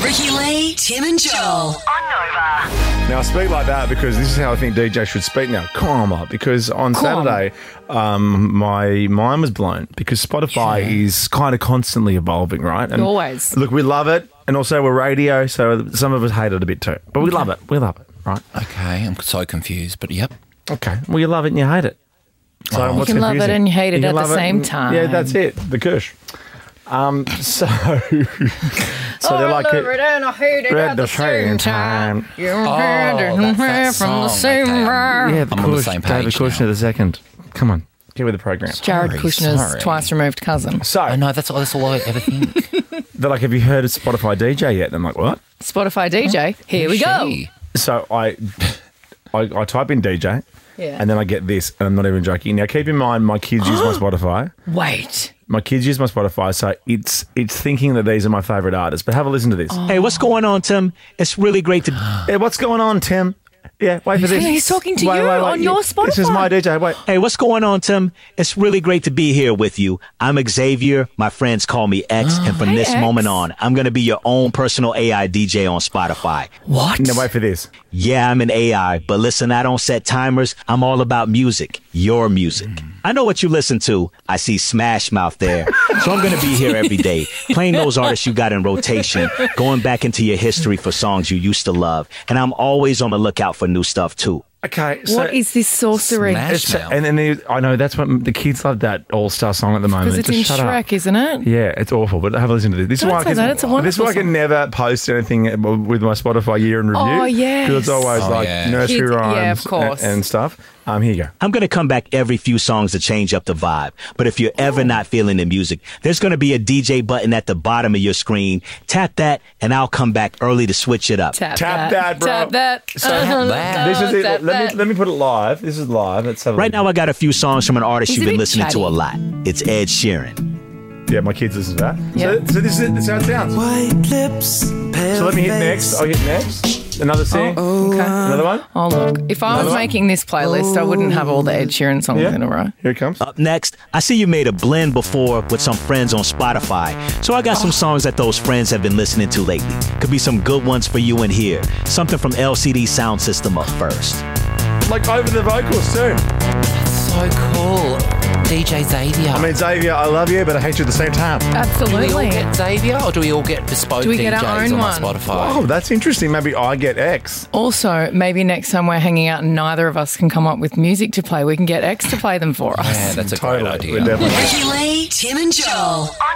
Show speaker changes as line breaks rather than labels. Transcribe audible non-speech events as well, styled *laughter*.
Ricky Lee, Tim and Joel.
on Nova.
Now I speak like that because this is how I think DJ should speak now. Karma, because on Saturday, um, my mind was blown because Spotify is kind of constantly evolving, right? And
Always.
Look, we love it, and also we're radio, so some of us hate it a bit too, but we love it. We love it, right?
Okay, I'm so confused, but yep.
Okay, well you love it and you hate it. So what's
can love it
confusing?
and you hate it
can
at the
love
same
and-
time.
Yeah, that's it. The Kirsch. Um, *laughs*
*laughs*
so, so they're like it.
and Oh, I hate it
Read the same time.
You
Oh, that's that
from the
song.
same
Okay, I'm-
rhyme.
Yeah, the
I'm on the
Kush,
same
David
page
Kushner
now.
the second. Come on, get with the program.
Jared
Sorry,
Kushner's
sorry.
twice removed cousin.
I
So
know Oh, that's all. That's all I ever think.
they're like, "Have you heard of Spotify DJ yet?" And I'm like, "What?"
Spotify DJ. *laughs* Here we go.
She.
So I, I, I type in DJ,
Yeah.
and then I get this, and I'm not even joking. Now, keep in mind, my kids
*gasps*
use my Spotify.
Wait.
My kids use my Spotify, so it's it's thinking that these are my favorite artists. But have a listen to this.
Oh.
Hey, what's going on, Tim? It's really
*gasps*
great to.
Hey, what's going on, Tim? Yeah, wait for this.
he's talking to you on your
This is
Spotify.
my DJ. Wait,
Hey, what's going on, Tim? It's really great to be here with you. I'm Xavier. My friends call me
*gasps*
X, and from
Hey,
this
X.
moment on, I'm going to be your own personal AI DJ on Spotify.
What?
no, wait for this.
Yeah, I'm an AI, but listen, I don't set timers. I'm all about music, your music.
Mm.
I know what you listen to. I see Smash
*laughs*
Mouth there. So I'm going to be here every day, playing those artists you got in rotation, going back into your history for songs you used to love. And I'm always on the lookout for new stuff, too.
Okay, so
What is this sorcery?
Smash
it's,
mouth.
and then they- I know that's what the kids love that All Star song at the moment.
Because it's
Just
in
shut up.
Shrek, isn't it?
Yeah, it's awful, but have a listen to this. This
Don't
is why
say
I can,
that, it's a
this is
wonderful
why I can
song.
never post anything with my Spotify year in review.
Oh,
because it's always
yes.
like
Oh, yeah.
nursery
Kids- yeah,
rhymes,
of course.
And, and stuff. Um, here you go.
I'm going to come back every few songs to change up the vibe. But if you're ever not feeling the music, there's going to be a DJ button at the bottom of your screen. Tap that, and I'll come back early to switch it up.
Tap,
Tap that, bro.
*laughs* Tap that.
So
Uh-huh,
that.
this is it.
tap
Let
that.
me let me put it live. This is live. Let's have a
Right now, I got a few songs from an artist
He's a
you've been
bit
listening
chatty.
to a lot. It's Ed Sheeran.
Yeah, my kids listen to that.
Yeah.
So, so this is it. This is how it sounds.
White lips, pale
So let me hit
face.
next. I'll hit next. Another sing.
Okay.
Another one.
Oh, look. If I was
one?
making this playlist, I wouldn't have all the Ed Sheeran songs
Yeah.
in a row.
Here it comes.
Up next, I see you made a blend before with some friends on Spotify. So I
Oh.
got some songs that those friends have been listening to lately. Could be some good ones for you in here. Something from LCD Sound System up first.
Like over the vocals too.
So cool. DJ Xavier.
I mean, Xavier, I love you, but I hate you at the same time.
do we all
Absolutely.
get Xavier or do we all get bespoke
Do we get
DJs
our own
on
one?
our Spotify?
Oh, that's interesting. Maybe I get X.
Also, maybe next time we're hanging out and neither of us can come up with music to play, we can get X to play them for us.
Yeah, that's a
Totally.
great idea.
We're definitely-
Ricky Lee, Tim and Joel.
On